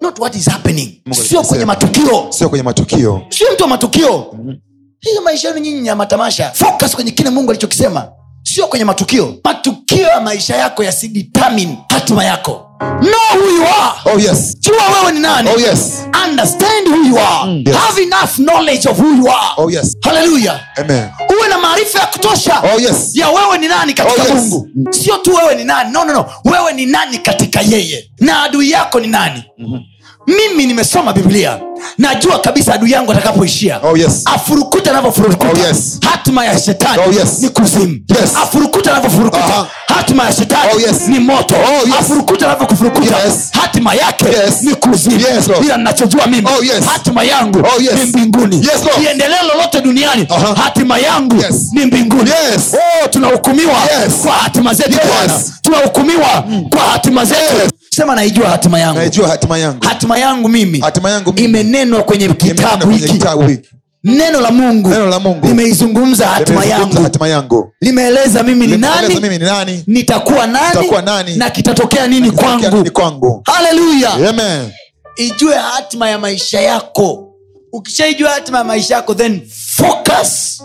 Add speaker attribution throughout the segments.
Speaker 1: not what is happening
Speaker 2: Mungu
Speaker 1: sio kwenye
Speaker 2: alisema.
Speaker 1: matukio
Speaker 2: sio kwenye matukio
Speaker 1: sio mtu wa matukio
Speaker 2: Mhm.
Speaker 1: hiyo maisha yenu nyinyi ya matamasha focus kwenye kile mungu alichokisema sio kwenye matukio matukio ya maisha yako yasidetermine hatima yako know who you are
Speaker 2: oh yes
Speaker 1: jua wewe ni nani
Speaker 2: oh yes
Speaker 1: understand who you are
Speaker 2: Yes.
Speaker 1: have enough knowledge of who you are
Speaker 2: oh yes
Speaker 1: haleluya
Speaker 2: amen
Speaker 1: uwe na maarifa ya kutosha
Speaker 2: oh yes
Speaker 1: ya wewe ni nani katika
Speaker 2: Oh,
Speaker 1: oh,
Speaker 2: yes.
Speaker 1: yes. mungu sio tu wewe ni nani no, no, no. wewe ni nani katika yeye na adui yako ni nani mm-hmm. mimi nimesoma biblia najua kabisa adui yangu atakapoishia
Speaker 2: oh yes
Speaker 1: afurukuta anavyofurukuta
Speaker 2: Oh, yes.
Speaker 1: hatima ya shetani
Speaker 2: Oh, yes.
Speaker 1: ni kuzimu
Speaker 2: Yes.
Speaker 1: afurukuta anavyofurukuta
Speaker 2: Aha.
Speaker 1: hatima ya shetani
Speaker 2: Oh, yes.
Speaker 1: ni moto
Speaker 2: Oh, yes.
Speaker 1: afurukuta anavyokufurukuta
Speaker 2: Yes.
Speaker 1: hatima yake
Speaker 2: Yes.
Speaker 1: ni kuzimu
Speaker 2: Yes, Lord.
Speaker 1: ila nachojua mimi
Speaker 2: Oh, yes.
Speaker 1: hatima yangu
Speaker 2: Oh, yes.
Speaker 1: ni mbinguni
Speaker 2: Yes, Lord.
Speaker 1: iendelee lolote duniani
Speaker 2: Aha.
Speaker 1: hatima yangu
Speaker 2: Yes.
Speaker 1: ni mbinguni
Speaker 2: Yes.
Speaker 1: oh, tunahukumiwa
Speaker 2: Yes.
Speaker 1: kwa hatima zetu
Speaker 2: Yes. Mm.
Speaker 1: Bwana. tunahukumiwa kwa hatima zetu
Speaker 2: Yes.
Speaker 1: sema naijua hatima yangu
Speaker 2: naijua hatima yangu
Speaker 1: hatima yangu mimi
Speaker 2: hatima yangu mimi
Speaker 1: imenenwa kwenye
Speaker 2: imeenda
Speaker 1: kitabu
Speaker 2: kwenye
Speaker 1: hiki
Speaker 2: kitabu hiki
Speaker 1: neno la mungu
Speaker 2: Neno la Mungu.
Speaker 1: limeizungumza hatima
Speaker 2: Nimezungumza
Speaker 1: yangu
Speaker 2: hatima yangu
Speaker 1: limeeleza mimi ni
Speaker 2: Nimeeleza
Speaker 1: nani
Speaker 2: mimi ni nani
Speaker 1: nitakuwa nani,
Speaker 2: Nitakuwa nani,
Speaker 1: na kitatokea nini
Speaker 2: Nitatokea nini
Speaker 1: kwangu
Speaker 2: kwangu
Speaker 1: haleluya
Speaker 2: amen
Speaker 1: ijue hatima ya maisha yako ukishaijua hatima ya maisha yako then focus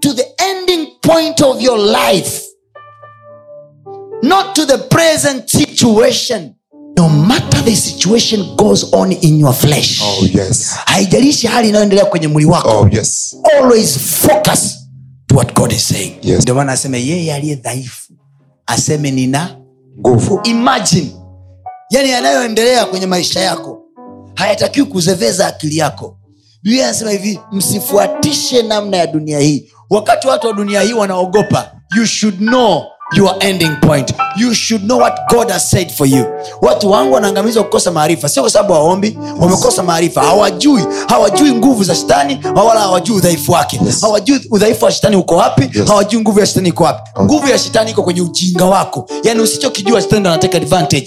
Speaker 1: to the ending point of your life not to the present situation no matter the situation goes on in your flesh
Speaker 2: oh yes
Speaker 1: haijalishi hali inayoendelea kwenye mwili wako
Speaker 2: oh yes
Speaker 1: always focus to what god is saying
Speaker 2: Yes.
Speaker 1: ndio maana aseme yeye aliye dhaifu aseme nina
Speaker 2: nguvu
Speaker 1: imagine yani Yaani yanayoendelea kwenye maisha yako hayatakiwi kuzeveza akili yako biblia anasema hivi msifuatishe namna ya dunia hii wakati watu wa dunia hii wanaogopa you should know your ending point you should know what god has said for you watu wangu wanaangamizwa kukosa maarifa sio kwa sababu waombi wamekosa maarifa hawajui hawajui nguvu za shetani wala hawajui udhaifu wake
Speaker 2: Yes.
Speaker 1: hawajui udhaifu wa shetani uko wapi
Speaker 2: Yes.
Speaker 1: hawajui nguvu ya shetani iko wapi
Speaker 2: Okay.
Speaker 1: nguvu ya shetani iko kwenye ujinga wako yani usichokijua shetani ndo anateka advantage